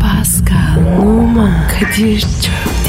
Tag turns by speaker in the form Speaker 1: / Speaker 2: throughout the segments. Speaker 1: Pascal, Oman, Kadir çok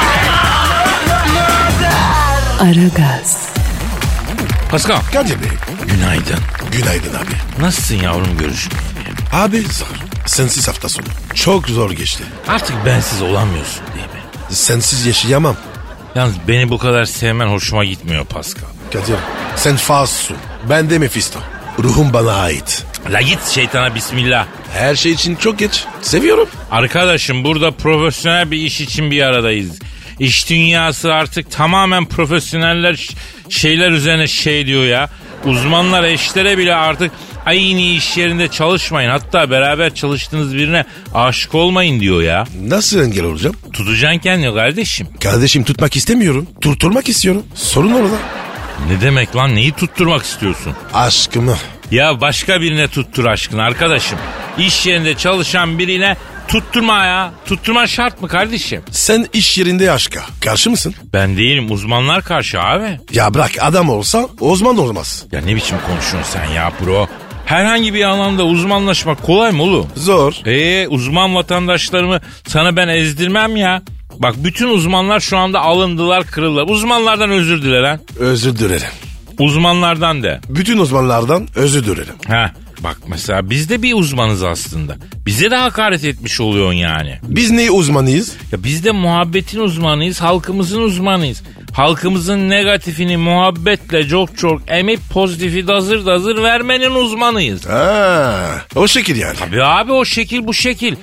Speaker 1: Aragaz,
Speaker 2: Pascal.
Speaker 3: Kadir Bey.
Speaker 2: Günaydın.
Speaker 3: Günaydın abi.
Speaker 2: Nasılsın yavrum görüşüm?
Speaker 3: Abi zor. Sensiz hafta sonu. Çok zor geçti.
Speaker 2: Artık bensiz olamıyorsun değil mi?
Speaker 3: Sensiz yaşayamam.
Speaker 2: Yalnız beni bu kadar sevmen hoşuma gitmiyor Pascal.
Speaker 3: Kadir. Sen Fas'sun. Ben de Mephisto. Ruhum bana ait.
Speaker 2: La git şeytana bismillah.
Speaker 3: Her şey için çok geç. Seviyorum.
Speaker 2: Arkadaşım burada profesyonel bir iş için bir aradayız. İş dünyası artık tamamen profesyoneller ş- şeyler üzerine şey diyor ya. Uzmanlar eşlere bile artık aynı iş yerinde çalışmayın. Hatta beraber çalıştığınız birine aşık olmayın diyor ya.
Speaker 3: Nasıl engel olacağım?
Speaker 2: Tutacaksın kendini kardeşim.
Speaker 3: Kardeşim tutmak istemiyorum. Turtulmak istiyorum. Sorun orada.
Speaker 2: Ne demek lan neyi tutturmak istiyorsun?
Speaker 3: Aşkımı.
Speaker 2: Ya başka birine tuttur aşkını arkadaşım. İş yerinde çalışan birine tutturma ya. Tutturma şart mı kardeşim?
Speaker 3: Sen iş yerinde aşka. Karşı mısın?
Speaker 2: Ben değilim uzmanlar karşı abi.
Speaker 3: Ya bırak adam olsa Osman olmaz.
Speaker 2: Ya ne biçim konuşuyorsun sen ya bro? Herhangi bir alanda uzmanlaşmak kolay mı oğlum?
Speaker 3: Zor.
Speaker 2: Eee uzman vatandaşlarımı sana ben ezdirmem ya. Bak bütün uzmanlar şu anda alındılar kırıldılar. Uzmanlardan özür dile lan.
Speaker 3: Özür dilerim.
Speaker 2: Uzmanlardan de.
Speaker 3: Bütün uzmanlardan özür dilerim.
Speaker 2: Ha bak mesela biz de bir uzmanız aslında. Bize de hakaret etmiş oluyorsun yani.
Speaker 3: Biz neyi uzmanıyız?
Speaker 2: Ya biz de muhabbetin uzmanıyız, halkımızın uzmanıyız. Halkımızın negatifini muhabbetle çok çok emip pozitifi dazır dazır vermenin uzmanıyız.
Speaker 3: Ha, o şekil yani.
Speaker 2: Abi abi o şekil bu şekil.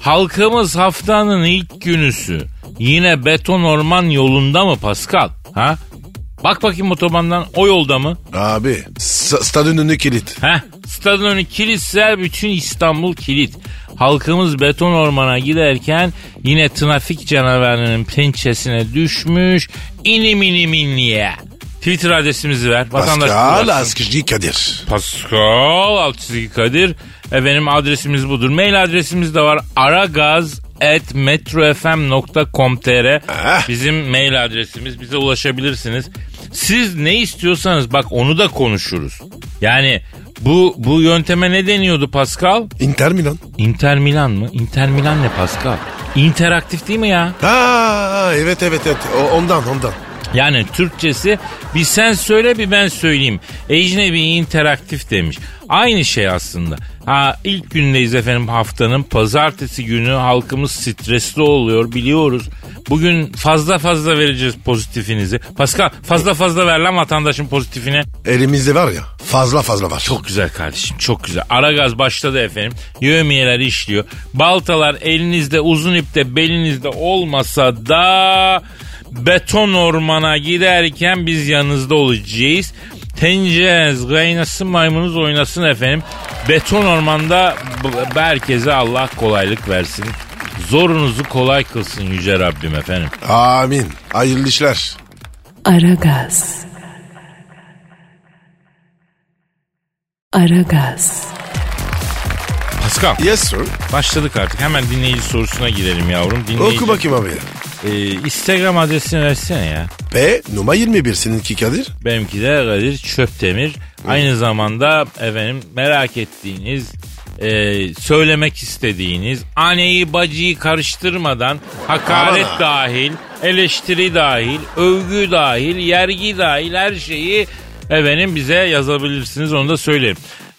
Speaker 2: Halkımız haftanın ilk günüsü. Yine beton orman yolunda mı Pascal? Ha? Bak bakayım otobandan o yolda mı?
Speaker 3: Abi s- stadın önü kilit.
Speaker 2: Heh, stadın önü kilitse bütün İstanbul kilit. Halkımız beton ormana giderken yine trafik canavarının pençesine düşmüş inim inim inliye. Twitter adresimizi ver. Vatandaş
Speaker 3: Pascal
Speaker 2: kullansın.
Speaker 3: Askışki Kadir.
Speaker 2: Pascal alt çizgi Kadir. Efendim adresimiz budur. Mail adresimiz de var. Aragaz metrofm.com.tr
Speaker 3: Ah.
Speaker 2: Bizim mail adresimiz. Bize ulaşabilirsiniz. Siz ne istiyorsanız bak onu da konuşuruz. Yani bu bu yönteme ne deniyordu Pascal?
Speaker 3: Inter Milan.
Speaker 2: Inter Milan mı? Inter Milan ne Pascal? İnteraktif değil mi ya?
Speaker 3: Ha, evet evet evet O- ondan ondan.
Speaker 2: Yani Türkçesi bir sen söyle bir ben söyleyeyim. Ecnebi interaktif demiş. Aynı şey aslında. Ha ilk gündeyiz efendim haftanın pazartesi günü halkımız stresli oluyor biliyoruz. Bugün fazla fazla vereceğiz pozitifinizi. Pascal fazla fazla ver lan vatandaşın pozitifine.
Speaker 3: Elimizde var ya fazla fazla var.
Speaker 2: Çok güzel kardeşim çok güzel. Aragaz başladı efendim. Yövmiyeler işliyor. Baltalar elinizde uzun ipte belinizde olmasa da beton ormana giderken biz yanınızda olacağız. Tencereniz kaynasın maymunuz oynasın efendim. Beton ormanda b- herkese Allah kolaylık versin. Zorunuzu kolay kılsın yüce Rabbim efendim.
Speaker 3: Amin. Hayırlı işler.
Speaker 1: Aragaz. Aragaz,
Speaker 2: Pascal
Speaker 3: Yes sir.
Speaker 2: başladık artık. Hemen dinleyici sorusuna girelim yavrum. Dinleyici,
Speaker 3: Oku bakayım abi.
Speaker 2: Ee, Instagram adresini versene ya.
Speaker 3: P numara 21 seninki Kadir.
Speaker 2: Benimki de Kadir Çöptemir. Aynı zamanda efendim merak ettiğiniz, e, söylemek istediğiniz, aneyi bacıyı karıştırmadan hakaret
Speaker 3: Aman ha.
Speaker 2: dahil, eleştiri dahil, övgü dahil, yergi dahil her şeyi efendim bize yazabilirsiniz onu da söyleyeyim.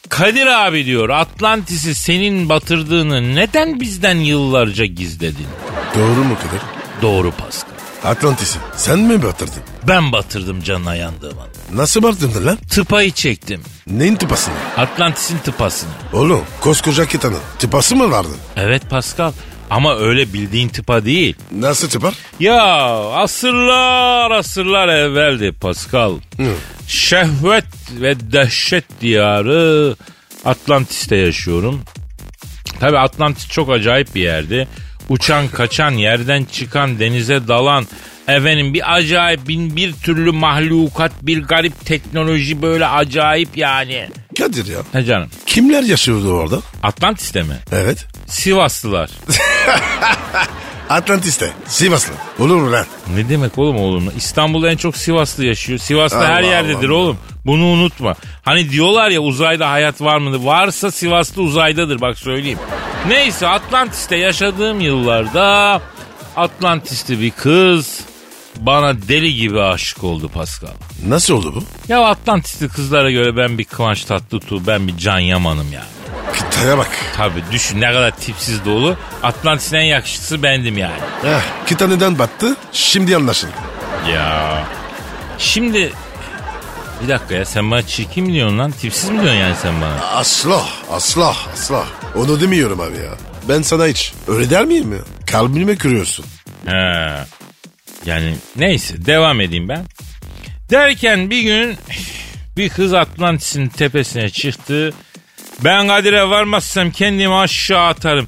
Speaker 2: Kadir abi diyor Atlantis'i senin batırdığını neden bizden yıllarca gizledin?
Speaker 3: Doğru mu Kadir?
Speaker 2: Doğru Pascal.
Speaker 3: Atlantis'i sen mi batırdın?
Speaker 2: Ben batırdım canına yandığıma.
Speaker 3: Nasıl batırdın lan?
Speaker 2: Tıpayı çektim.
Speaker 3: Neyin tıpasını?
Speaker 2: Atlantis'in tıpasını.
Speaker 3: Oğlum koskoca kitanın tıpası mı vardı?
Speaker 2: Evet Pascal ama öyle bildiğin tıpa değil.
Speaker 3: Nasıl tıpar?
Speaker 2: Ya asırlar asırlar evveldi Pascal. Şehvet ve dehşet diyarı Atlantis'te yaşıyorum. Tabi Atlantis çok acayip bir yerdi. Uçan kaçan, yerden çıkan, denize dalan, efendim bir acayip bin bir türlü mahlukat, bir garip teknoloji böyle acayip yani.
Speaker 3: Kadir ya.
Speaker 2: He canım.
Speaker 3: Kimler yaşıyordu orada?
Speaker 2: Atlantis'te mi?
Speaker 3: Evet.
Speaker 2: Sivaslılar.
Speaker 3: Atlantis'te. Sivaslı. Olur mu lan?
Speaker 2: Ne demek oğlum oğlum? İstanbul'da en çok Sivaslı yaşıyor. Sivaslı her
Speaker 3: Allah
Speaker 2: yerdedir
Speaker 3: Allah.
Speaker 2: oğlum. Bunu unutma. Hani diyorlar ya uzayda hayat var mıdır? Varsa Sivaslı uzaydadır bak söyleyeyim. Neyse Atlantis'te yaşadığım yıllarda Atlantis'te bir kız bana deli gibi aşık oldu Pascal.
Speaker 3: Nasıl oldu bu?
Speaker 2: Ya Atlantis'te kızlara göre ben bir Kıvanç Tatlıtuğ, ben bir Can Yaman'ım ya.
Speaker 3: Kıtaya bak.
Speaker 2: Tabii düşün ne kadar tipsiz dolu. Atlantis'in en yakışıklısı bendim yani.
Speaker 3: Heh, kıta neden battı? Şimdi anlaşıldı.
Speaker 2: Ya. Şimdi bir dakika ya sen bana çirkin mi diyorsun lan? Tipsiz mi diyorsun yani sen bana?
Speaker 3: Asla, asla, asla. Onu demiyorum abi ya. Ben sana hiç. Öyle der miyim ya? Kalbimi kırıyorsun.
Speaker 2: He. Yani neyse devam edeyim ben. Derken bir gün bir kız Atlantis'in tepesine çıktı. Ben Kadir'e varmazsam kendimi aşağı atarım.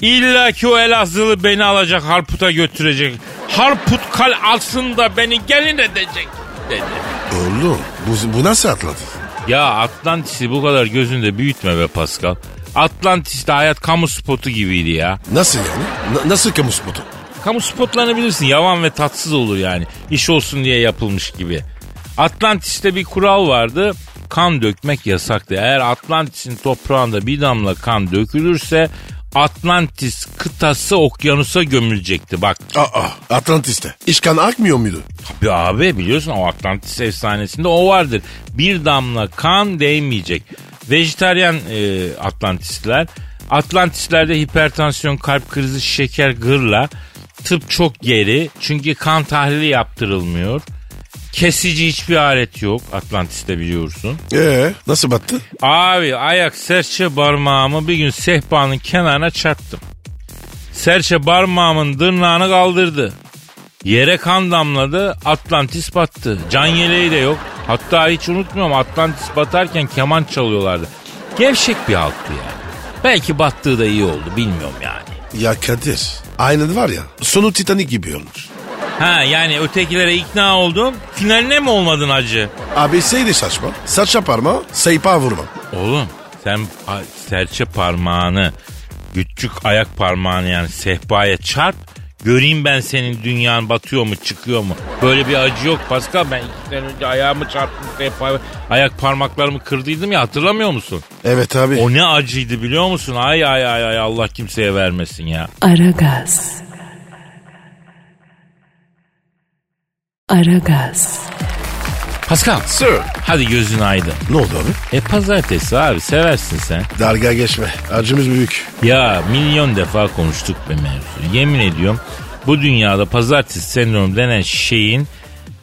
Speaker 2: İlla ki o Elazığlı beni alacak Harput'a götürecek. Harput kal altında beni gelin edecek dedi.
Speaker 3: Oğlum bu, bu nasıl atladı?
Speaker 2: Ya Atlantis'i bu kadar gözünde büyütme be Pascal. Atlantis'te hayat kamu spotu gibiydi ya.
Speaker 3: Nasıl yani? Na- nasıl kamu spotu?
Speaker 2: Kamu spotlarını bilirsin yavan ve tatsız olur yani. İş olsun diye yapılmış gibi. Atlantis'te bir kural vardı. Kan dökmek yasaktı. Eğer Atlantis'in toprağında bir damla kan dökülürse Atlantis kıtası okyanusa gömülecekti bak.
Speaker 3: Aa, Atlantis'te. İş kan akmıyor muydu?
Speaker 2: Tabii abi biliyorsun o Atlantis efsanesinde o vardır. Bir damla kan değmeyecek. Vejetaryen e, Atlantisler. Atlantislerde hipertansiyon, kalp krizi, şeker, gırla. Tıp çok geri. Çünkü kan tahlili yaptırılmıyor. Kesici hiçbir alet yok Atlantis'te biliyorsun.
Speaker 3: Ee, nasıl battı?
Speaker 2: Abi ayak serçe parmağımı bir gün sehpanın kenarına çarptım. Serçe parmağımın dırnağını kaldırdı. Yere kan damladı, Atlantis battı. Can yeleği de yok. Hatta hiç unutmuyorum Atlantis batarken keman çalıyorlardı. Gevşek bir halktı yani. Belki battığı da iyi oldu bilmiyorum yani.
Speaker 3: Ya Kadir, aynen var ya, sonu Titanik gibi olmuş.
Speaker 2: Ha yani ötekilere ikna oldun, finaline mi olmadın acı?
Speaker 3: Abi seydi saçma, saça parmağı, seypa vurma.
Speaker 2: Oğlum sen a- serçe parmağını güççük ayak parmağını yani sehpaya çarp göreyim ben senin dünyan batıyor mu çıkıyor mu. Böyle bir acı yok Pascal ben iki sene önce ayağımı çarptım sehpaya ayak parmaklarımı kırdıydım ya hatırlamıyor musun?
Speaker 3: Evet abi.
Speaker 2: O ne acıydı biliyor musun? Ay ay ay ay Allah kimseye vermesin ya.
Speaker 1: Aragaz. Aragaz.
Speaker 2: Pascal
Speaker 3: Sir.
Speaker 2: hadi gözün aydın.
Speaker 3: Ne oldu abi?
Speaker 2: E pazartesi abi seversin sen.
Speaker 3: Darga geçme, acımız büyük.
Speaker 2: Ya milyon defa konuştuk be mevzuyu. Yemin ediyorum bu dünyada pazartesi sendromu denen şeyin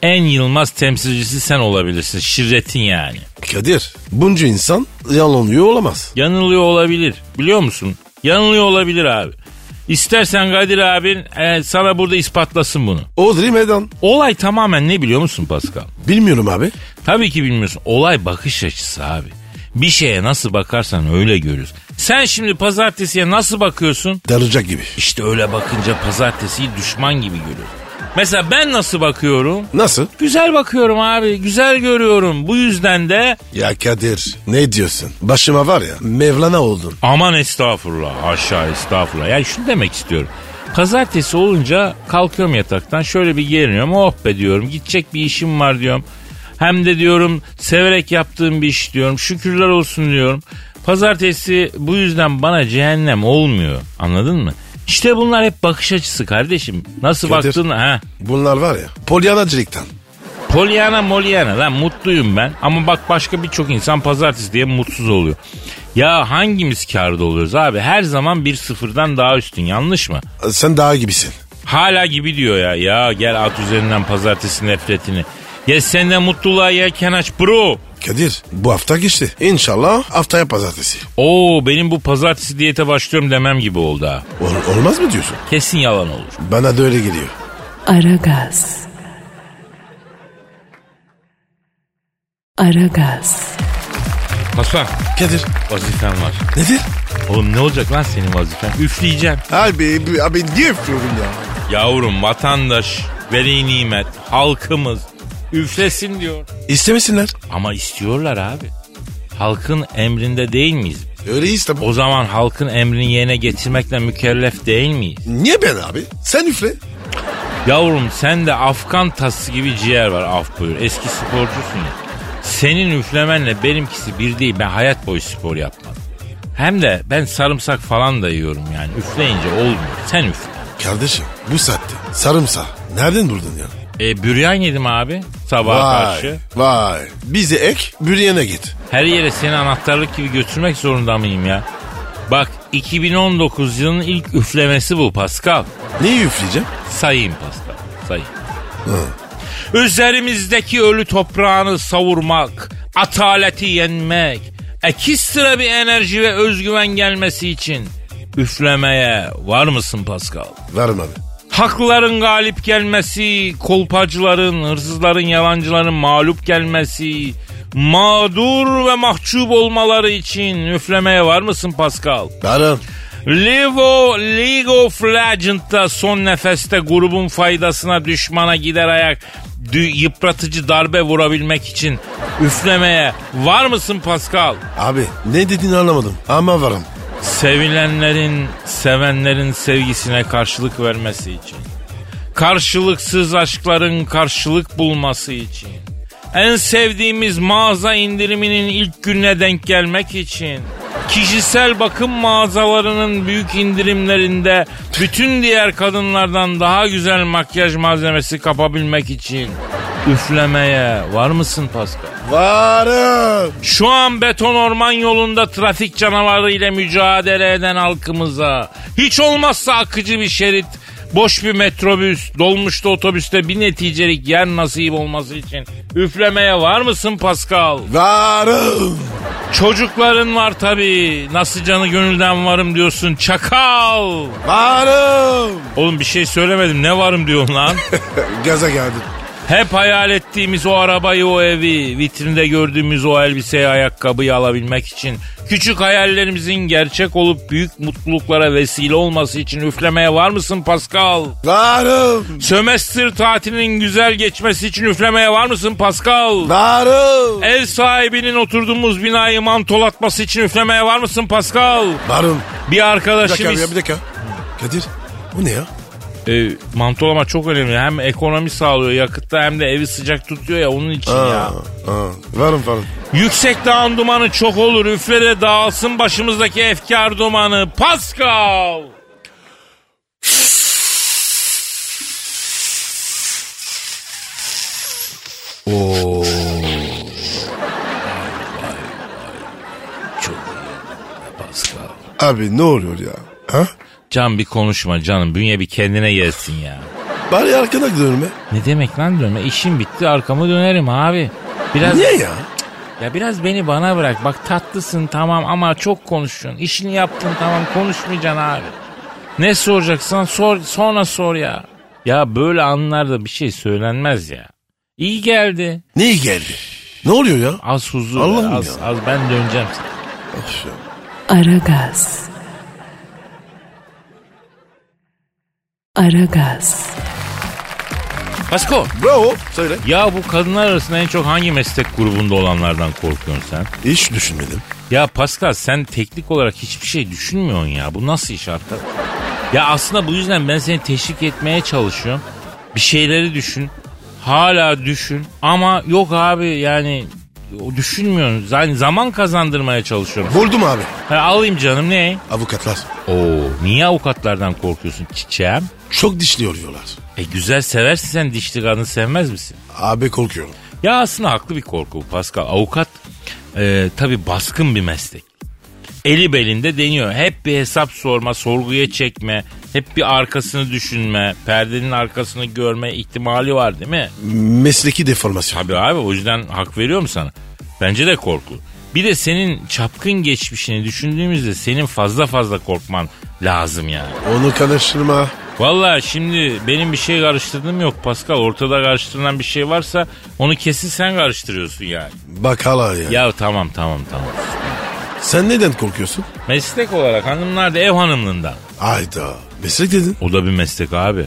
Speaker 2: en yılmaz temsilcisi sen olabilirsin. Şirretin yani.
Speaker 3: Kadir, bunca insan yalanıyor olamaz.
Speaker 2: Yanılıyor olabilir biliyor musun? Yanılıyor olabilir abi. İstersen Kadir abin e, sana burada ispatlasın bunu.
Speaker 3: Audrey Meydan.
Speaker 2: Olay tamamen ne biliyor musun Pascal?
Speaker 3: Bilmiyorum abi.
Speaker 2: Tabii ki bilmiyorsun. Olay bakış açısı abi. Bir şeye nasıl bakarsan öyle görüyorsun. Sen şimdi pazartesiye nasıl bakıyorsun?
Speaker 3: Darıcak gibi.
Speaker 2: İşte öyle bakınca pazartesiyi düşman gibi görüyorum. Mesela ben nasıl bakıyorum?
Speaker 3: Nasıl?
Speaker 2: Güzel bakıyorum abi, güzel görüyorum. Bu yüzden de
Speaker 3: Ya Kadir, ne diyorsun? Başıma var ya, Mevlana oldun.
Speaker 2: aman estağfurullah, aşağı estağfurullah. Yani şunu demek istiyorum. Pazartesi olunca kalkıyorum yataktan şöyle bir geriniyorum. Oh be diyorum gidecek bir işim var diyorum. Hem de diyorum severek yaptığım bir iş diyorum. Şükürler olsun diyorum. Pazartesi bu yüzden bana cehennem olmuyor. Anladın mı? İşte bunlar hep bakış açısı kardeşim. Nasıl
Speaker 3: Kadir.
Speaker 2: baktığın... Ha.
Speaker 3: Bunlar var ya, polyanacılıktan.
Speaker 2: Polyana Moliana lan mutluyum ben ama bak başka birçok insan pazartesi diye mutsuz oluyor. Ya hangimiz kârda oluyoruz abi? Her zaman bir sıfırdan daha üstün yanlış mı?
Speaker 3: Sen daha gibisin.
Speaker 2: Hala gibi diyor ya. Ya gel at üzerinden pazartesi nefretini. Ya sen de mutluluğa yelken aç bro.
Speaker 3: Kadir, bu hafta geçti. İnşallah haftaya pazartesi.
Speaker 2: Oo benim bu pazartesi diyete başlıyorum demem gibi oldu ha.
Speaker 3: Ol- olmaz mı diyorsun?
Speaker 2: Kesin yalan olur.
Speaker 3: Bana da öyle geliyor.
Speaker 1: Aragaz. Aragaz.
Speaker 2: Hasan
Speaker 3: Kadir.
Speaker 2: vazifen var.
Speaker 3: Nedir?
Speaker 2: Oğlum ne olacak lan senin vazifen? Üfleyeceğim.
Speaker 3: Abi, abi niye öpüyorum ya?
Speaker 2: Yavrum vatandaş, veri nimet, halkımız üflesin diyor.
Speaker 3: İstemesinler.
Speaker 2: Ama istiyorlar abi. Halkın emrinde değil miyiz?
Speaker 3: Öyle istemem.
Speaker 2: O zaman halkın emrini yerine getirmekle mükellef değil miyiz?
Speaker 3: Niye ben abi? Sen üfle.
Speaker 2: Yavrum sen de Afgan tası gibi ciğer var af buyur. Eski sporcusun ya. Senin üflemenle benimkisi bir değil. Ben hayat boyu spor yapmadım. Hem de ben sarımsak falan da yiyorum yani. Üfleyince olmuyor. Sen üfle.
Speaker 3: Kardeşim bu saatte sarımsa nereden buldun ya?
Speaker 2: E, büryan yedim abi sabaha karşı.
Speaker 3: vay. Bize ek bürüyene git.
Speaker 2: Her yere seni anahtarlık gibi götürmek zorunda mıyım ya? Bak 2019 yılının ilk üflemesi bu Pascal.
Speaker 3: Neyi üfleyeceğim?
Speaker 2: Sayayım pasta. Sayayım. Üzerimizdeki ölü toprağını savurmak, ataleti yenmek, ekstra bir enerji ve özgüven gelmesi için üflemeye var mısın Pascal?
Speaker 3: Varım abi.
Speaker 2: Hakların galip gelmesi, kolpacıların, hırsızların, yalancıların mağlup gelmesi, mağdur ve mahcup olmaları için üflemeye var mısın Pascal?
Speaker 3: Varım.
Speaker 2: Livo League of Legends'ta son nefeste grubun faydasına düşmana gider ayak dü- yıpratıcı darbe vurabilmek için üflemeye var mısın Pascal?
Speaker 3: Abi ne dediğini anlamadım ama varım.
Speaker 2: Sevilenlerin, sevenlerin sevgisine karşılık vermesi için. Karşılıksız aşkların karşılık bulması için. En sevdiğimiz mağaza indiriminin ilk gününe denk gelmek için. Kişisel bakım mağazalarının büyük indirimlerinde bütün diğer kadınlardan daha güzel makyaj malzemesi kapabilmek için. Üflemeye var mısın Pascal?
Speaker 3: Varım.
Speaker 2: Şu an beton orman yolunda trafik canavarı ile mücadele eden halkımıza hiç olmazsa akıcı bir şerit, boş bir metrobüs, dolmuşta otobüste bir neticelik yer nasip olması için üflemeye var mısın Pascal?
Speaker 3: Varım.
Speaker 2: Çocukların var tabii. Nasıl canı gönülden varım diyorsun çakal.
Speaker 3: Varım.
Speaker 2: Oğlum bir şey söylemedim ne varım diyorsun lan?
Speaker 3: Gaza geldim.
Speaker 2: Hep hayal ettiğimiz o arabayı, o evi, vitrinde gördüğümüz o elbiseyi, ayakkabıyı alabilmek için, küçük hayallerimizin gerçek olup büyük mutluluklara vesile olması için üflemeye var mısın Pascal?
Speaker 3: Varım.
Speaker 2: Sömestr tatilinin güzel geçmesi için üflemeye var mısın Pascal?
Speaker 3: Varım.
Speaker 2: Ev sahibinin oturduğumuz binayı mantolatması için üflemeye var mısın Pascal?
Speaker 3: Varım.
Speaker 2: Bir
Speaker 3: Bir dakika
Speaker 2: arkadaşım...
Speaker 3: abi ya bir dakika. Kadir bu ne ya?
Speaker 2: E, mantolama çok önemli. Hem ekonomi sağlıyor yakıtta hem de evi sıcak tutuyor ya onun için ya.
Speaker 3: aa, varım varım.
Speaker 2: Yüksek dağın dumanı çok olur. Üfle de dağılsın başımızdaki efkar dumanı. Pascal!
Speaker 3: Oo.
Speaker 2: Pascal.
Speaker 3: Abi ne oluyor ya? Ha?
Speaker 2: Can bir konuşma canım. Bünye bir kendine gelsin ya.
Speaker 3: Bari arkana gidiyorum ya.
Speaker 2: Ne demek lan dönme? İşim bitti arkama dönerim abi. Biraz
Speaker 3: Niye ya?
Speaker 2: ya biraz beni bana bırak. Bak tatlısın tamam ama çok konuşuyorsun. İşini yaptın tamam konuşmayacaksın abi. Ne soracaksan sor sonra sor ya. Ya böyle anlarda bir şey söylenmez ya. İyi geldi.
Speaker 3: Niye geldi? Ne oluyor ya?
Speaker 2: Az huzur. ver,
Speaker 3: Allah'ım
Speaker 2: az, az ben döneceğim sana.
Speaker 3: Of ya.
Speaker 1: Aragaz. Aragaz.
Speaker 2: Pasko.
Speaker 3: Bravo. Söyle.
Speaker 2: Ya bu kadınlar arasında en çok hangi meslek grubunda olanlardan korkuyorsun sen?
Speaker 3: Hiç düşünmedim.
Speaker 2: Ya Pascal sen teknik olarak hiçbir şey düşünmüyorsun ya. Bu nasıl iş arkadaş? Ya aslında bu yüzden ben seni teşvik etmeye çalışıyorum. Bir şeyleri düşün. Hala düşün. Ama yok abi yani o düşünmüyorsun. Yani zaman kazandırmaya çalışıyorum.
Speaker 3: Buldum abi.
Speaker 2: Ha, alayım canım ne?
Speaker 3: Avukatlar.
Speaker 2: Oo, niye avukatlardan korkuyorsun çiçeğim?
Speaker 3: Çok dişli yoruyorlar.
Speaker 2: E güzel seversin sen dişli kadını sevmez misin?
Speaker 3: Abi korkuyorum.
Speaker 2: Ya aslında haklı bir korku bu Pascal. Avukat e, tabi baskın bir meslek. Eli belinde deniyor. Hep bir hesap sorma, sorguya çekme, hep bir arkasını düşünme, perdenin arkasını görme ihtimali var değil mi?
Speaker 3: Mesleki deformasyon.
Speaker 2: Tabii abi o yüzden hak veriyorum sana. Bence de korku. Bir de senin çapkın geçmişini düşündüğümüzde senin fazla fazla korkman lazım yani.
Speaker 3: Onu karıştırma.
Speaker 2: Valla şimdi benim bir şey karıştırdığım yok Pascal. Ortada karıştırılan bir şey varsa onu kesin sen karıştırıyorsun yani.
Speaker 3: Bak hala ya.
Speaker 2: Ya tamam tamam tamam.
Speaker 3: Sen neden korkuyorsun?
Speaker 2: Meslek olarak hanımlar da ev hanımlığından.
Speaker 3: Hayda. Meslek dedin.
Speaker 2: O da bir meslek abi.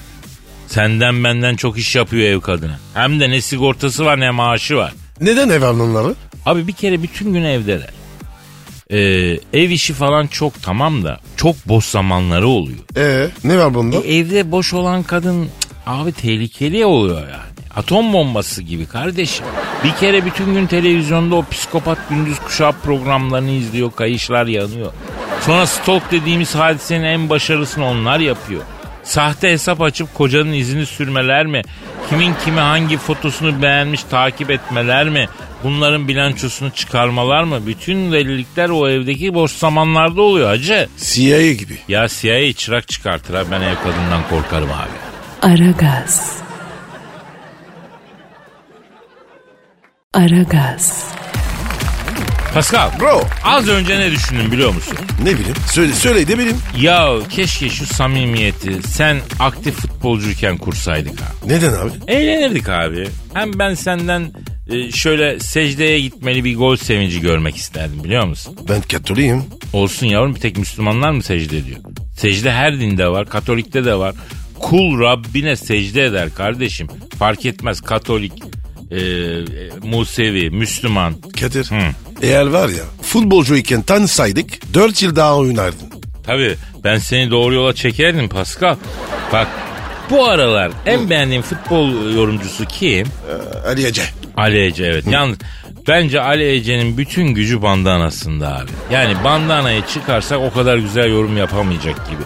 Speaker 2: Senden benden çok iş yapıyor ev kadını. Hem de ne sigortası var ne maaşı var.
Speaker 3: Neden ev hanımları?
Speaker 2: Abi bir kere bütün gün evdeler. Ee, ev işi falan çok tamam da çok boş zamanları oluyor.
Speaker 3: Ee, ne var bunda?
Speaker 2: E, evde boş olan kadın cık, abi tehlikeli oluyor yani. Atom bombası gibi kardeşim. Bir kere bütün gün televizyonda o psikopat gündüz kuşağı programlarını izliyor. Kayışlar yanıyor. Sonra stalk dediğimiz hadisenin en başarısını onlar yapıyor. Sahte hesap açıp kocanın izini sürmeler mi? Kimin kimi hangi fotosunu beğenmiş takip etmeler mi? Bunların bilançosunu çıkarmalar mı? Bütün delilikler o evdeki boş zamanlarda oluyor hacı.
Speaker 3: CIA gibi.
Speaker 2: Ya CIA çırak çıkartır abi ben ev kadından korkarım abi.
Speaker 1: Aragaz. Aragaz.
Speaker 2: Pascal
Speaker 3: Bro.
Speaker 2: az önce ne düşündün biliyor musun?
Speaker 3: Ne bileyim. Söyle, söyle de bileyim.
Speaker 2: Ya keşke şu samimiyeti sen aktif futbolcuyken kursaydık ha.
Speaker 3: Neden abi?
Speaker 2: Eğlenirdik abi. Hem ben senden e, şöyle secdeye gitmeli bir gol sevinci görmek isterdim biliyor musun?
Speaker 3: Ben Katolik'im.
Speaker 2: Olsun yavrum bir tek Müslümanlar mı secde ediyor? Secde her dinde var, Katolik'te de var. Kul Rabbine secde eder kardeşim. Fark etmez Katolik, e, e, Musevi, Müslüman.
Speaker 3: Kadir.
Speaker 2: Hı.
Speaker 3: Eğer var ya futbolcuyken tanısaydık 4 yıl daha oynardın.
Speaker 2: Tabii ben seni doğru yola çekerdim Pascal. Bak bu aralar en beğendiğim futbol yorumcusu kim?
Speaker 3: Ee, Ali Ece.
Speaker 2: Ali Ece evet. Yalnız bence Ali Ece'nin bütün gücü bandanasında abi. Yani bandanayı çıkarsak o kadar güzel yorum yapamayacak gibi.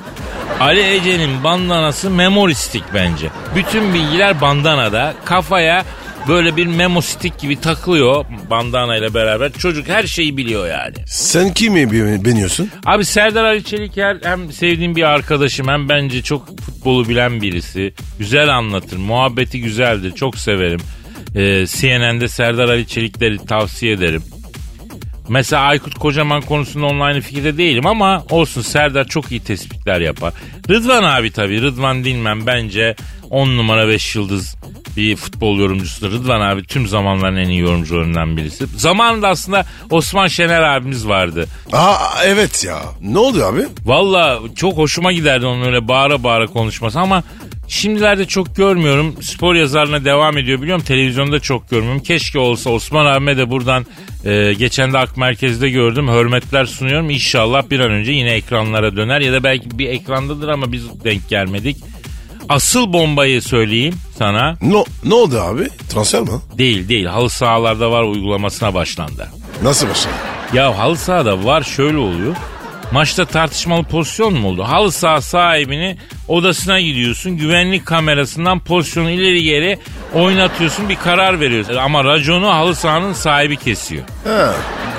Speaker 2: Ali Ece'nin bandanası memoristik bence. Bütün bilgiler bandanada kafaya böyle bir memostik gibi takılıyor bandanayla beraber. Çocuk her şeyi biliyor yani.
Speaker 3: Sen kimi be- beğeniyorsun?
Speaker 2: Abi Serdar Ali Çeliker hem sevdiğim bir arkadaşım hem bence çok futbolu bilen birisi. Güzel anlatır, muhabbeti güzeldir, çok severim. Ee, CNN'de Serdar Ali Çelikleri tavsiye ederim. Mesela Aykut Kocaman konusunda online fikirde değilim ama olsun Serdar çok iyi tespitler yapar. Rıdvan abi tabii Rıdvan Dilmen bence 10 numara 5 yıldız bir futbol yorumcusudur. Rıdvan abi tüm zamanların en iyi yorumcularından birisi. Zamanında aslında Osman Şener abimiz vardı.
Speaker 3: Aa evet ya. Ne oldu abi?
Speaker 2: Valla çok hoşuma giderdi onun öyle bağıra bağıra konuşması ama şimdilerde çok görmüyorum. Spor yazarına devam ediyor biliyorum. Televizyonda çok görmüyorum. Keşke olsa Osman abime de buradan e, geçen de Ak Merkez'de gördüm. Hürmetler sunuyorum. İnşallah bir an önce yine ekranlara döner ya da belki bir ekrandadır ama biz denk gelmedik. Asıl bombayı söyleyeyim sana.
Speaker 3: No, ne oldu abi? Transfer mi?
Speaker 2: Değil değil halı sahalarda var uygulamasına başlandı.
Speaker 3: Nasıl başladı?
Speaker 2: Ya halı sahada var şöyle oluyor. Maçta tartışmalı pozisyon mu oldu? Halı saha sahibini odasına gidiyorsun. Güvenlik kamerasından pozisyonu ileri geri oynatıyorsun. Bir karar veriyorsun. Ama raconu halı sahanın sahibi kesiyor.
Speaker 3: Ha,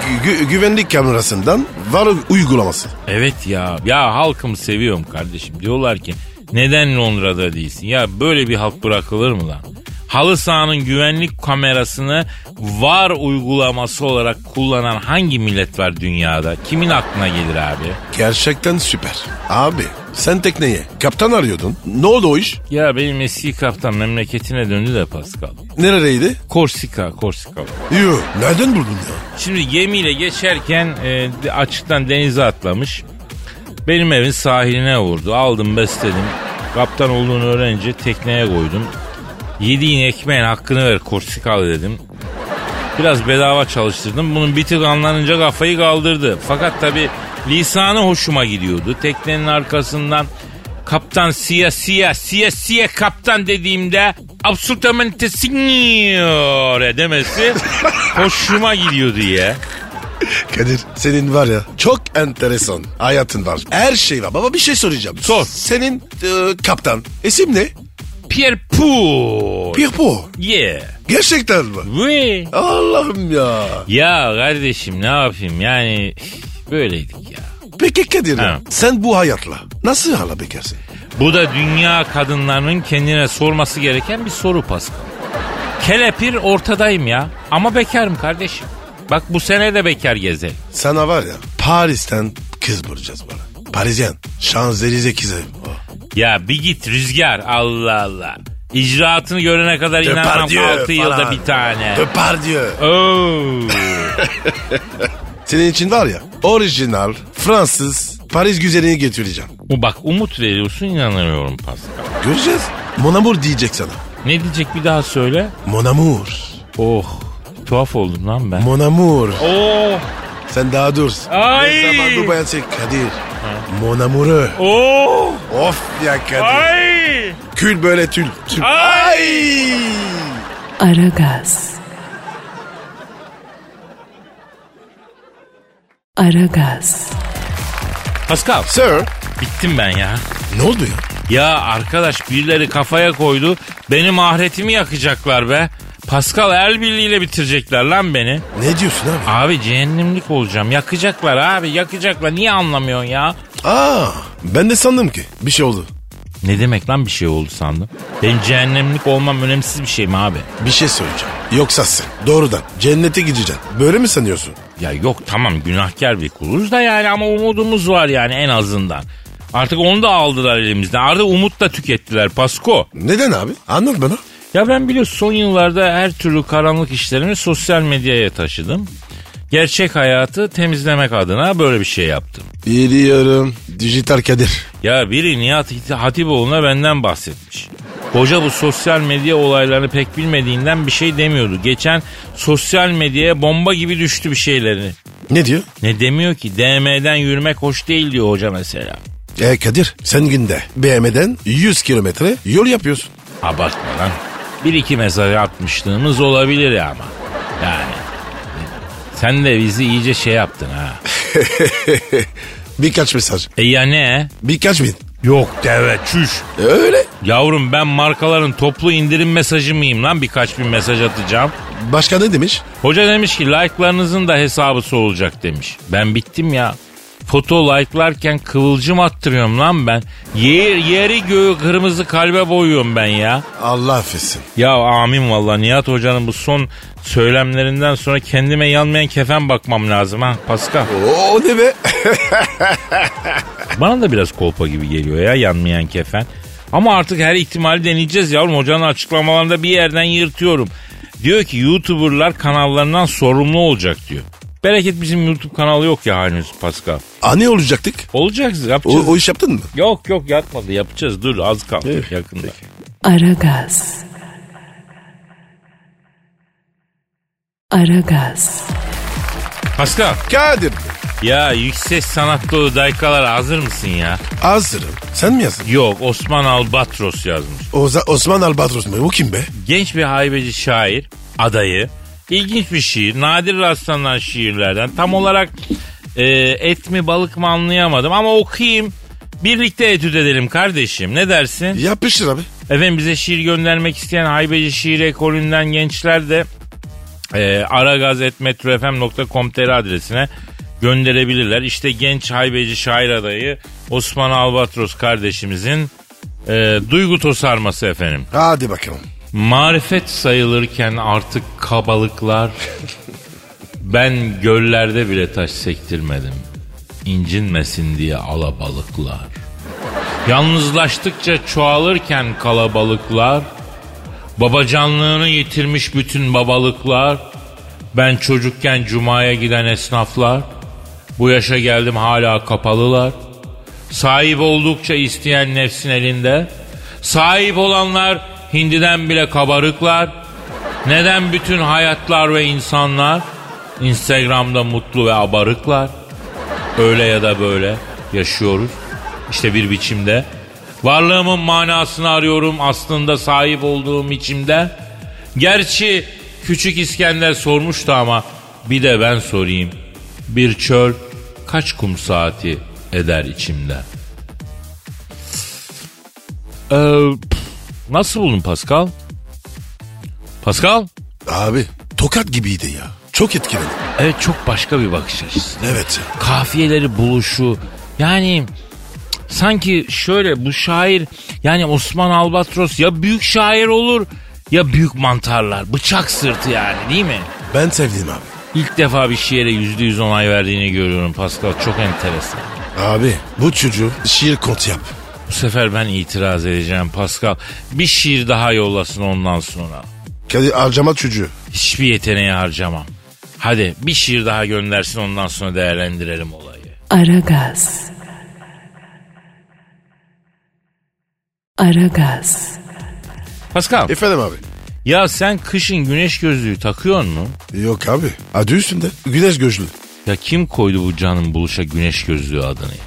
Speaker 3: gü- gü- güvenlik kamerasından var uygulaması.
Speaker 2: Evet ya. Ya halkımı seviyorum kardeşim. Diyorlar ki neden Londra'da değilsin? Ya böyle bir halk bırakılır mı lan? Halı sahanın güvenlik kamerasını var uygulaması olarak kullanan hangi millet var dünyada? Kimin aklına gelir abi?
Speaker 3: Gerçekten süper. Abi sen tekneye kaptan arıyordun. Ne oldu o iş?
Speaker 2: Ya benim eski kaptan memleketine döndü de Pascal.
Speaker 3: Nereydi?
Speaker 2: Korsika, Korsika.
Speaker 3: Yo, nereden buldun ya?
Speaker 2: Şimdi gemiyle geçerken e, de- açıktan denize atlamış. Benim evin sahiline vurdu. Aldım besledim. Kaptan olduğunu öğrenince tekneye koydum. Yediğin ekmeğin hakkını ver Korsikalı dedim. Biraz bedava çalıştırdım. Bunun bir tık anlanınca kafayı kaldırdı. Fakat tabi lisanı hoşuma gidiyordu. Teknenin arkasından kaptan siya siya siya siya kaptan dediğimde absolutamente signore demesi hoşuma gidiyor diye.
Speaker 3: Kadir senin var ya çok enteresan hayatın var. Her şey var. Baba bir şey soracağım.
Speaker 2: Sor.
Speaker 3: Senin e, kaptan isim ne?
Speaker 2: Pierre Paul.
Speaker 3: Pirpo.
Speaker 2: Yeah.
Speaker 3: Gerçekten mi?
Speaker 2: Oui.
Speaker 3: Allah'ım ya.
Speaker 2: Ya kardeşim ne yapayım yani böyleydik ya.
Speaker 3: Peki Kadir
Speaker 2: Ha.
Speaker 3: sen bu hayatla nasıl hala bekarsın?
Speaker 2: Bu da dünya kadınlarının kendine sorması gereken bir soru Pascal. Kelepir ortadayım ya ama bekarım kardeşim. Bak bu sene de bekar gezelim.
Speaker 3: Sana var ya Paris'ten kız bulacağız bana. Parisyen. Şanzelize kızı. Oh.
Speaker 2: Ya bir git rüzgar Allah Allah. İcraatını görene kadar inanmam
Speaker 3: Depardieu
Speaker 2: 6 yılda
Speaker 3: falan.
Speaker 2: bir tane.
Speaker 3: Depardieu.
Speaker 2: Oo.
Speaker 3: Senin için var ya orijinal Fransız Paris güzelini getireceğim.
Speaker 2: Bu bak umut veriyorsun inanamıyorum Pascal.
Speaker 3: Göreceğiz. Mon amour diyecek sana.
Speaker 2: Ne diyecek bir daha söyle.
Speaker 3: Mon amour.
Speaker 2: Oh tuhaf oldum lan ben.
Speaker 3: Mon amour.
Speaker 2: Oh.
Speaker 3: Sen daha dur.
Speaker 2: Ay.
Speaker 3: Ne zaman bu bayan şey Kadir. Mon amoureux.
Speaker 2: Oh.
Speaker 3: Of ya Kadir.
Speaker 2: Ay.
Speaker 3: Kül böyle tül. tül.
Speaker 2: Ay.
Speaker 1: Aragaz. Aragaz.
Speaker 2: Pascal
Speaker 3: Sir.
Speaker 2: bittim ben ya.
Speaker 3: Ne oldu ya?
Speaker 2: Ya arkadaş birileri kafaya koydu. Benim ahiretimi yakacaklar be. Pascal el birliğiyle bitirecekler lan beni.
Speaker 3: Ne diyorsun abi?
Speaker 2: Abi cehennemlik olacağım. Yakacaklar abi yakacaklar. Niye anlamıyorsun ya?
Speaker 3: Aa, ben de sandım ki bir şey oldu.
Speaker 2: Ne demek lan bir şey oldu sandım. Benim cehennemlik olmam önemsiz bir şey mi abi?
Speaker 3: Bir şey söyleyeceğim. Yoksa sen doğrudan cennete gideceksin. Böyle mi sanıyorsun?
Speaker 2: Ya yok tamam günahkar bir kuluz da yani ama umudumuz var yani en azından. Artık onu da aldılar elimizden. Artık umut da tükettiler Pasko.
Speaker 3: Neden abi? Anlat bana.
Speaker 2: Ya ben biliyorsun son yıllarda her türlü karanlık işlerimi sosyal medyaya taşıdım. Gerçek hayatı temizlemek adına böyle bir şey yaptım.
Speaker 3: Biliyorum. Dijital Kadir.
Speaker 2: Ya biri Nihat Hit- Hatipoğlu'na benden bahsetmiş. Hoca bu sosyal medya olaylarını pek bilmediğinden bir şey demiyordu. Geçen sosyal medyaya bomba gibi düştü bir şeyleri.
Speaker 3: Ne diyor?
Speaker 2: Ne demiyor ki? DM'den yürümek hoş değil diyor hoca mesela.
Speaker 3: E Kadir sen günde BM'den 100 kilometre yol yapıyorsun.
Speaker 2: Abartma lan. Bir iki mesaj atmışlığımız olabilir ya ama. Yani. Sen de bizi iyice şey yaptın ha.
Speaker 3: Birkaç mesaj.
Speaker 2: E ya ne?
Speaker 3: Birkaç bin.
Speaker 2: Yok deve çüş.
Speaker 3: E, Öyle.
Speaker 2: Yavrum ben markaların toplu indirim mesajı mıyım lan birkaç bin mesaj atacağım.
Speaker 3: Başka ne demiş?
Speaker 2: Hoca demiş ki like'larınızın da hesabısı olacak demiş. Ben bittim ya. Foto like'larken kıvılcım attırıyorum lan ben. Yer, yeri göğü kırmızı kalbe boyuyorum ben ya.
Speaker 3: Allah affetsin.
Speaker 2: Ya amin valla Nihat Hoca'nın bu son söylemlerinden sonra kendime yanmayan kefen bakmam lazım ha Pascal.
Speaker 3: O ne be?
Speaker 2: Bana da biraz kolpa gibi geliyor ya yanmayan kefen. Ama artık her ihtimali deneyeceğiz yavrum. Hocanın açıklamalarında bir yerden yırtıyorum. Diyor ki YouTuber'lar kanallarından sorumlu olacak diyor. Bereket bizim YouTube kanalı yok ya henüz Pascal.
Speaker 3: Anne olacaktık.
Speaker 2: Olacağız
Speaker 3: O,
Speaker 2: yapacağız.
Speaker 3: o iş yaptın mı?
Speaker 2: Yok yok yatmadı yapacağız dur az kaldı yakında.
Speaker 1: Aragaz. Aragaz.
Speaker 2: Pascal
Speaker 3: Kadir.
Speaker 2: ya yüksek sanat dolu dakikalara hazır mısın ya?
Speaker 3: Hazırım. Sen mi yazdın?
Speaker 2: Yok Osman Albatros yazmış.
Speaker 3: Oza, Osman Albatros mu? O kim be?
Speaker 2: Genç bir haybeci şair adayı. İlginç bir şiir. Nadir rastlanan şiirlerden. Tam olarak e, et mi balık mı anlayamadım ama okuyayım. Birlikte etüt edelim kardeşim. Ne dersin?
Speaker 3: Yapışır abi.
Speaker 2: Efendim bize şiir göndermek isteyen haybeci şiir ekolünden gençler de e, aragazetmetrofm.com.tr adresine gönderebilirler. İşte genç haybeci şair adayı Osman Albatros kardeşimizin e, duygu tosarması efendim.
Speaker 3: Hadi bakalım.
Speaker 2: Marifet sayılırken artık kabalıklar ben göllerde bile taş sektirmedim. İncinmesin diye alabalıklar. Yalnızlaştıkça çoğalırken kalabalıklar babacanlığını yitirmiş bütün babalıklar ben çocukken cumaya giden esnaflar bu yaşa geldim hala kapalılar Sahip oldukça isteyen nefsin elinde. Sahip olanlar hindiden bile kabarıklar. Neden bütün hayatlar ve insanlar Instagram'da mutlu ve abarıklar? Öyle ya da böyle yaşıyoruz. İşte bir biçimde. Varlığımın manasını arıyorum aslında sahip olduğum içimde. Gerçi Küçük İskender sormuştu ama bir de ben sorayım. Bir çöl kaç kum saati eder içimde? Ee, pf, nasıl buldun Pascal? Pascal?
Speaker 3: Abi tokat gibiydi ya. Çok etkiledim.
Speaker 2: Evet çok başka bir bakış açısı.
Speaker 3: Evet ya.
Speaker 2: kafiyeleri buluşu. Yani cık, sanki şöyle bu şair yani Osman Albatros ya büyük şair olur ya büyük mantarlar. Bıçak sırtı yani değil mi?
Speaker 3: Ben sevdim abi.
Speaker 2: İlk defa bir şiire yüzde yüz onay verdiğini görüyorum Pascal. Çok enteresan.
Speaker 3: Abi bu çocuğu şiir kont yap.
Speaker 2: Bu sefer ben itiraz edeceğim Pascal. Bir şiir daha yollasın ondan sonra.
Speaker 3: Kadir harcama çocuğu.
Speaker 2: Hiçbir yeteneği harcamam. Hadi bir şiir daha göndersin ondan sonra değerlendirelim olayı.
Speaker 1: Aragaz. Aragaz.
Speaker 2: Pascal
Speaker 3: Efendim abi.
Speaker 2: ya sen kışın güneş gözlüğü takıyor mu?
Speaker 3: Yok abi. Adı üstünde. Güneş gözlü.
Speaker 2: Ya kim koydu bu canın buluşa güneş gözlüğü adını ya?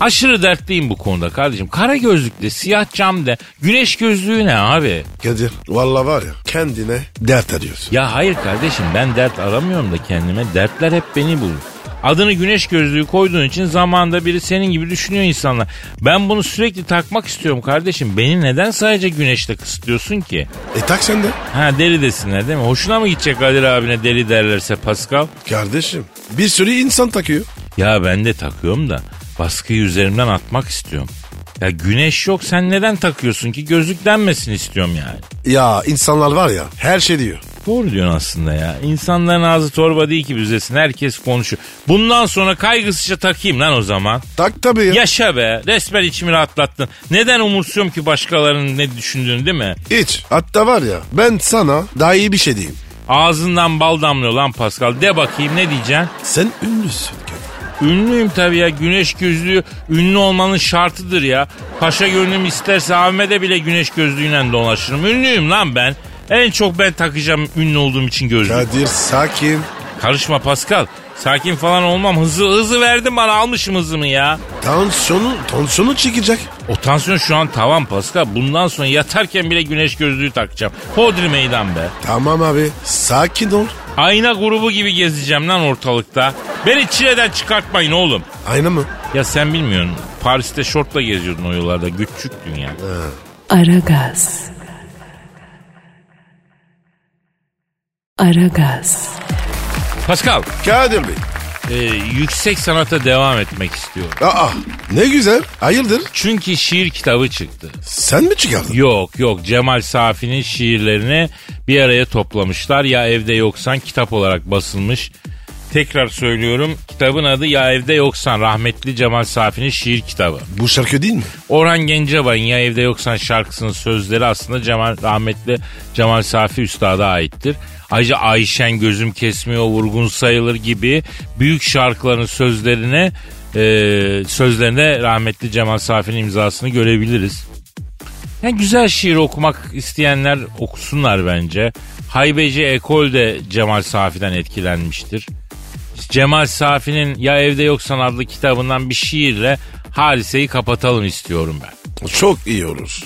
Speaker 2: Aşırı dertliyim bu konuda kardeşim. Kara gözlük de, siyah cam de, güneş gözlüğü ne abi?
Speaker 3: Kadir valla var ya kendine dert ediyorsun.
Speaker 2: Ya hayır kardeşim ben dert aramıyorum da kendime. Dertler hep beni bulur. Adını güneş gözlüğü koyduğun için zamanda biri senin gibi düşünüyor insanlar. Ben bunu sürekli takmak istiyorum kardeşim. Beni neden sadece güneşte kısıtlıyorsun ki?
Speaker 3: E tak sen de.
Speaker 2: Ha deli desinler değil mi? Hoşuna mı gidecek Kadir abine deli derlerse Pascal?
Speaker 3: Kardeşim bir sürü insan takıyor.
Speaker 2: Ya ben de takıyorum da baskıyı üzerimden atmak istiyorum. Ya güneş yok sen neden takıyorsun ki gözlük denmesin istiyorum yani.
Speaker 3: Ya insanlar var ya her şey diyor.
Speaker 2: Doğru diyorsun aslında ya. İnsanların ağzı torba değil ki büzesin. Herkes konuşuyor. Bundan sonra kaygısızca takayım lan o zaman.
Speaker 3: Tak tabii ya.
Speaker 2: Yaşa be. Resmen içimi rahatlattın. Neden umursuyorum ki başkalarının ne düşündüğünü değil mi?
Speaker 3: Hiç. Hatta var ya ben sana daha iyi bir şey diyeyim.
Speaker 2: Ağzından bal damlıyor lan Pascal. De bakayım ne diyeceksin?
Speaker 3: Sen ünlüsün Kadir.
Speaker 2: Ünlüyüm tabii ya. Güneş gözlüğü ünlü olmanın şartıdır ya. Paşa görünüm isterse Ahmet'e bile güneş gözlüğüyle dolaşırım. Ünlüyüm lan ben. En çok ben takacağım ünlü olduğum için gözlüğü.
Speaker 3: Kadir sakin.
Speaker 2: Karışma Pascal. Sakin falan olmam. Hızı hızı verdim bana almışım hızımı ya.
Speaker 3: Tansiyonu, tansiyonu çekecek.
Speaker 2: O tansiyon şu an tavan Pascal. Bundan sonra yatarken bile güneş gözlüğü takacağım. Hodri meydan be.
Speaker 3: Tamam abi sakin ol.
Speaker 2: Ayna grubu gibi gezeceğim lan ortalıkta. Beni çileden çıkartmayın oğlum.
Speaker 3: Aynı mı?
Speaker 2: Ya sen bilmiyorsun. Paris'te şortla geziyordun o yıllarda. Güççüktün ya.
Speaker 1: Aragaz. Aragaz.
Speaker 2: Pascal,
Speaker 3: Kadir Bey.
Speaker 2: e, yüksek sanata devam etmek istiyorum.
Speaker 3: Aa ne güzel. Hayırdır?
Speaker 2: Çünkü şiir kitabı çıktı.
Speaker 3: Sen mi çıkardın?
Speaker 2: Yok yok Cemal Safi'nin şiirlerini bir araya toplamışlar. Ya Evde Yoksan kitap olarak basılmış. Tekrar söylüyorum kitabın adı Ya Evde Yoksan rahmetli Cemal Safi'nin şiir kitabı.
Speaker 3: Bu şarkı değil mi?
Speaker 2: Orhan Gencebay'ın Ya Evde Yoksan şarkısının sözleri aslında Cemal rahmetli Cemal Safi Üstad'a aittir. Ayrıca Ayşen Gözüm Kesmiyor, Vurgun Sayılır gibi büyük şarkıların sözlerine e, sözlerinde rahmetli Cemal Safi'nin imzasını görebiliriz. Yani güzel şiir okumak isteyenler okusunlar bence. Haybeci Ekol de Cemal Safi'den etkilenmiştir. Cemal Safi'nin Ya Evde Yoksan adlı kitabından bir şiirle hadiseyi kapatalım istiyorum ben.
Speaker 3: Çok iyi olur.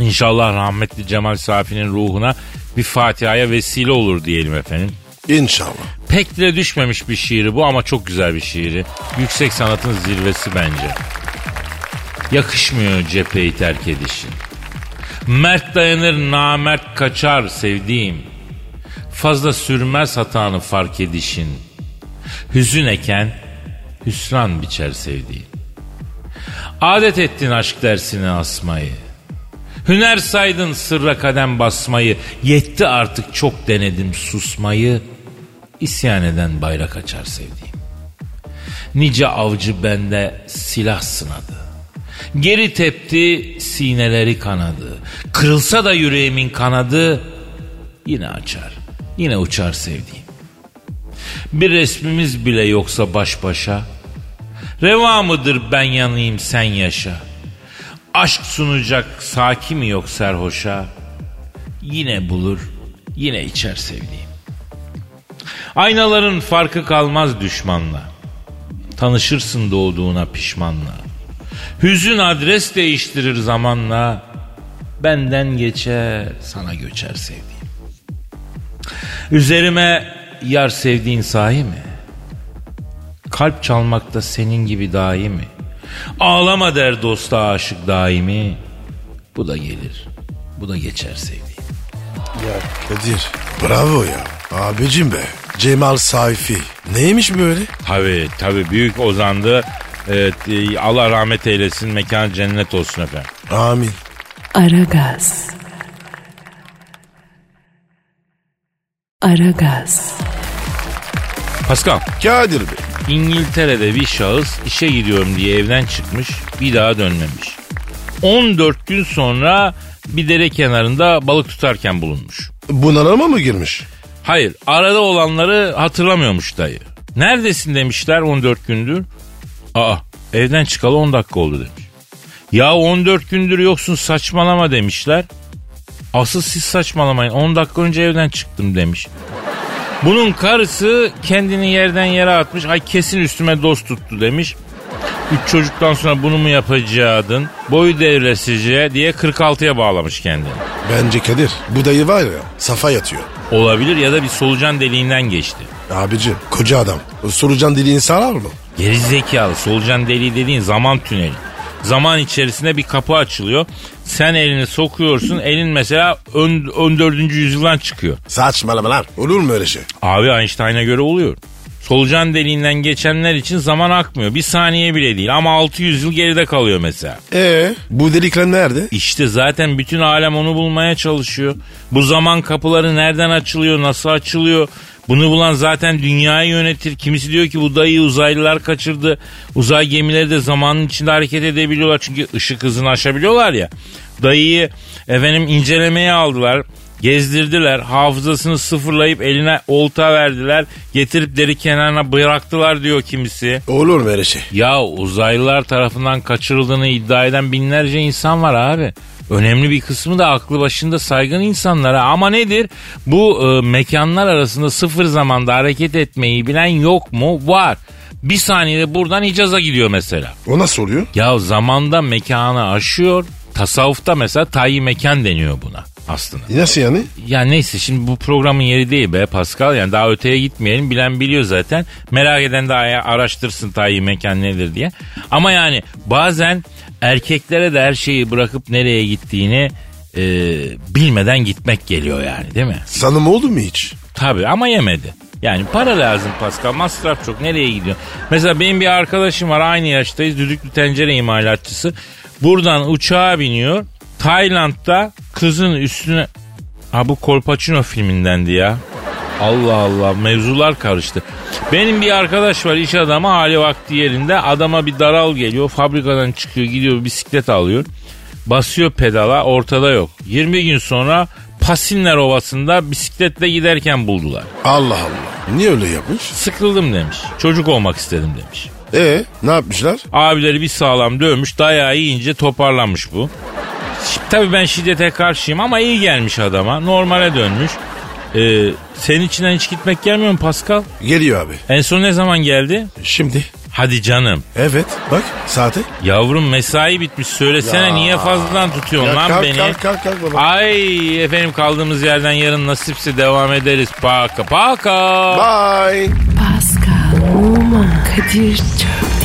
Speaker 2: İnşallah rahmetli Cemal Safi'nin ruhuna bir Fatiha'ya vesile olur diyelim efendim.
Speaker 3: İnşallah.
Speaker 2: Pek dile düşmemiş bir şiiri bu ama çok güzel bir şiiri. Yüksek sanatın zirvesi bence. Yakışmıyor cepheyi terk edişin. Mert dayanır namert kaçar sevdiğim. Fazla sürmez hatanı fark edişin. Hüzün eken hüsran biçer sevdiğim. Adet ettin aşk dersini asmayı. Hüner saydın sırra kadem basmayı. Yetti artık çok denedim susmayı. İsyan eden bayrak açar sevdiğim. Nice avcı bende silah sınadı. Geri tepti sineleri kanadı. Kırılsa da yüreğimin kanadı yine açar. Yine uçar sevdiğim. Bir resmimiz bile yoksa baş başa. Reva mıdır ben yanayım sen yaşa. Aşk sunacak saki mi yok serhoşa. Yine bulur yine içer sevdiğim. Aynaların farkı kalmaz düşmanla. Tanışırsın doğduğuna pişmanla. Hüzün adres değiştirir zamanla. Benden geçer, sana göçer sevdiğim. Üzerime yar sevdiğin sahi mi? Kalp çalmakta senin gibi daimi. Ağlama der dosta aşık daimi. Bu da gelir, bu da geçer sevdiğim.
Speaker 3: Kadir bravo ya. Abicim be. Cemal Sayfi. Neymiş böyle?
Speaker 2: Tabi tabi büyük ozandı. Evet, e, Allah rahmet eylesin mekan cennet olsun efendim.
Speaker 3: Amin.
Speaker 1: Aragaz. Aragaz.
Speaker 2: Pascal
Speaker 3: Kadir Bey.
Speaker 2: İngiltere'de bir şahıs işe gidiyorum diye evden çıkmış bir daha dönmemiş. 14 gün sonra bir dere kenarında balık tutarken bulunmuş.
Speaker 3: Bunalıma mı girmiş?
Speaker 2: Hayır arada olanları hatırlamıyormuş dayı. Neredesin demişler 14 gündür. Aa evden çıkalı 10 dakika oldu demiş. Ya 14 gündür yoksun saçmalama demişler. Asıl siz saçmalamayın 10 dakika önce evden çıktım demiş. Bunun karısı kendini yerden yere atmış. Ay kesin üstüme dost tuttu demiş. Üç çocuktan sonra bunu mu yapacaktın? Boyu devresice diye 46'ya bağlamış kendini.
Speaker 3: Bence Kadir bu dayı var ya safa yatıyor.
Speaker 2: Olabilir ya da bir solucan deliğinden geçti.
Speaker 3: Abici koca adam. O solucan diliğini sarar mı?
Speaker 2: Geri zekalı solucan deliği dediğin zaman tüneli. Zaman içerisinde bir kapı açılıyor. Sen elini sokuyorsun. Elin mesela ön, 14. yüzyıldan çıkıyor.
Speaker 3: Saçmalama lan. Olur mu öyle şey?
Speaker 2: Abi Einstein'a göre oluyor. Solucan deliğinden geçenler için zaman akmıyor. Bir saniye bile değil ama 600 yıl geride kalıyor mesela.
Speaker 3: Ee, bu delikler nerede?
Speaker 2: İşte zaten bütün alem onu bulmaya çalışıyor. Bu zaman kapıları nereden açılıyor, nasıl açılıyor? Bunu bulan zaten dünyayı yönetir. Kimisi diyor ki bu dayı uzaylılar kaçırdı. Uzay gemileri de zamanın içinde hareket edebiliyorlar. Çünkü ışık hızını aşabiliyorlar ya. Dayıyı efendim incelemeye aldılar. Gezdirdiler. Hafızasını sıfırlayıp eline olta verdiler. Getirip deri kenarına bıraktılar diyor kimisi.
Speaker 3: Olur mu öyle şey?
Speaker 2: Ya uzaylılar tarafından kaçırıldığını iddia eden binlerce insan var abi. Önemli bir kısmı da aklı başında saygın insanlara ama nedir? Bu e, mekanlar arasında sıfır zamanda hareket etmeyi bilen yok mu? Var. Bir saniyede buradan Hicaz'a gidiyor mesela.
Speaker 3: O nasıl oluyor?
Speaker 2: Ya zamanda mekanı aşıyor. Tasavvufta mesela tayyi mekan deniyor buna aslında.
Speaker 3: Nasıl yani?
Speaker 2: Ya neyse şimdi bu programın yeri değil be Pascal. Yani daha öteye gitmeyelim. Bilen biliyor zaten. Merak eden daha ya- araştırsın tayyi mekan nedir diye. Ama yani bazen erkeklere de her şeyi bırakıp nereye gittiğini e, bilmeden gitmek geliyor yani değil mi?
Speaker 3: Sanım oldu mu hiç?
Speaker 2: Tabii ama yemedi. Yani para lazım Pascal. Masraf çok. Nereye gidiyor? Mesela benim bir arkadaşım var. Aynı yaştayız. Düdüklü tencere imalatçısı. Buradan uçağa biniyor. Tayland'da kızın üstüne... Ha bu Kolpaçino filmindendi ya. Allah Allah mevzular karıştı. Benim bir arkadaş var iş adamı hali vakti yerinde. Adama bir daral geliyor. Fabrikadan çıkıyor gidiyor bisiklet alıyor. Basıyor pedala ortada yok. 20 gün sonra Pasinler Ovası'nda bisikletle giderken buldular.
Speaker 3: Allah Allah. Niye öyle yapmış?
Speaker 2: Sıkıldım demiş. Çocuk olmak istedim demiş.
Speaker 3: Ee, ne yapmışlar?
Speaker 2: Abileri bir sağlam dövmüş dayağı yiyince toparlanmış bu. Ş- Tabii ben şiddete karşıyım ama iyi gelmiş adama. Normale dönmüş. Ee, senin içinden hiç gitmek gelmiyor mu Pascal?
Speaker 3: Geliyor abi.
Speaker 2: En son ne zaman geldi?
Speaker 3: Şimdi.
Speaker 2: Hadi canım.
Speaker 3: Evet. Bak saate.
Speaker 2: Yavrum mesai bitmiş. Söylesene
Speaker 3: Ya.
Speaker 2: niye fazladan tutuyorsun
Speaker 3: Ya
Speaker 2: lan
Speaker 3: kalk,
Speaker 2: beni?
Speaker 3: kalk, kalk, kalk baba.
Speaker 2: Ay efendim kaldığımız yerden yarın nasipse devam ederiz. Paka paka.
Speaker 3: Bye.
Speaker 1: Pascal, Oman, Kadir çok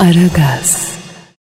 Speaker 1: Aragaz.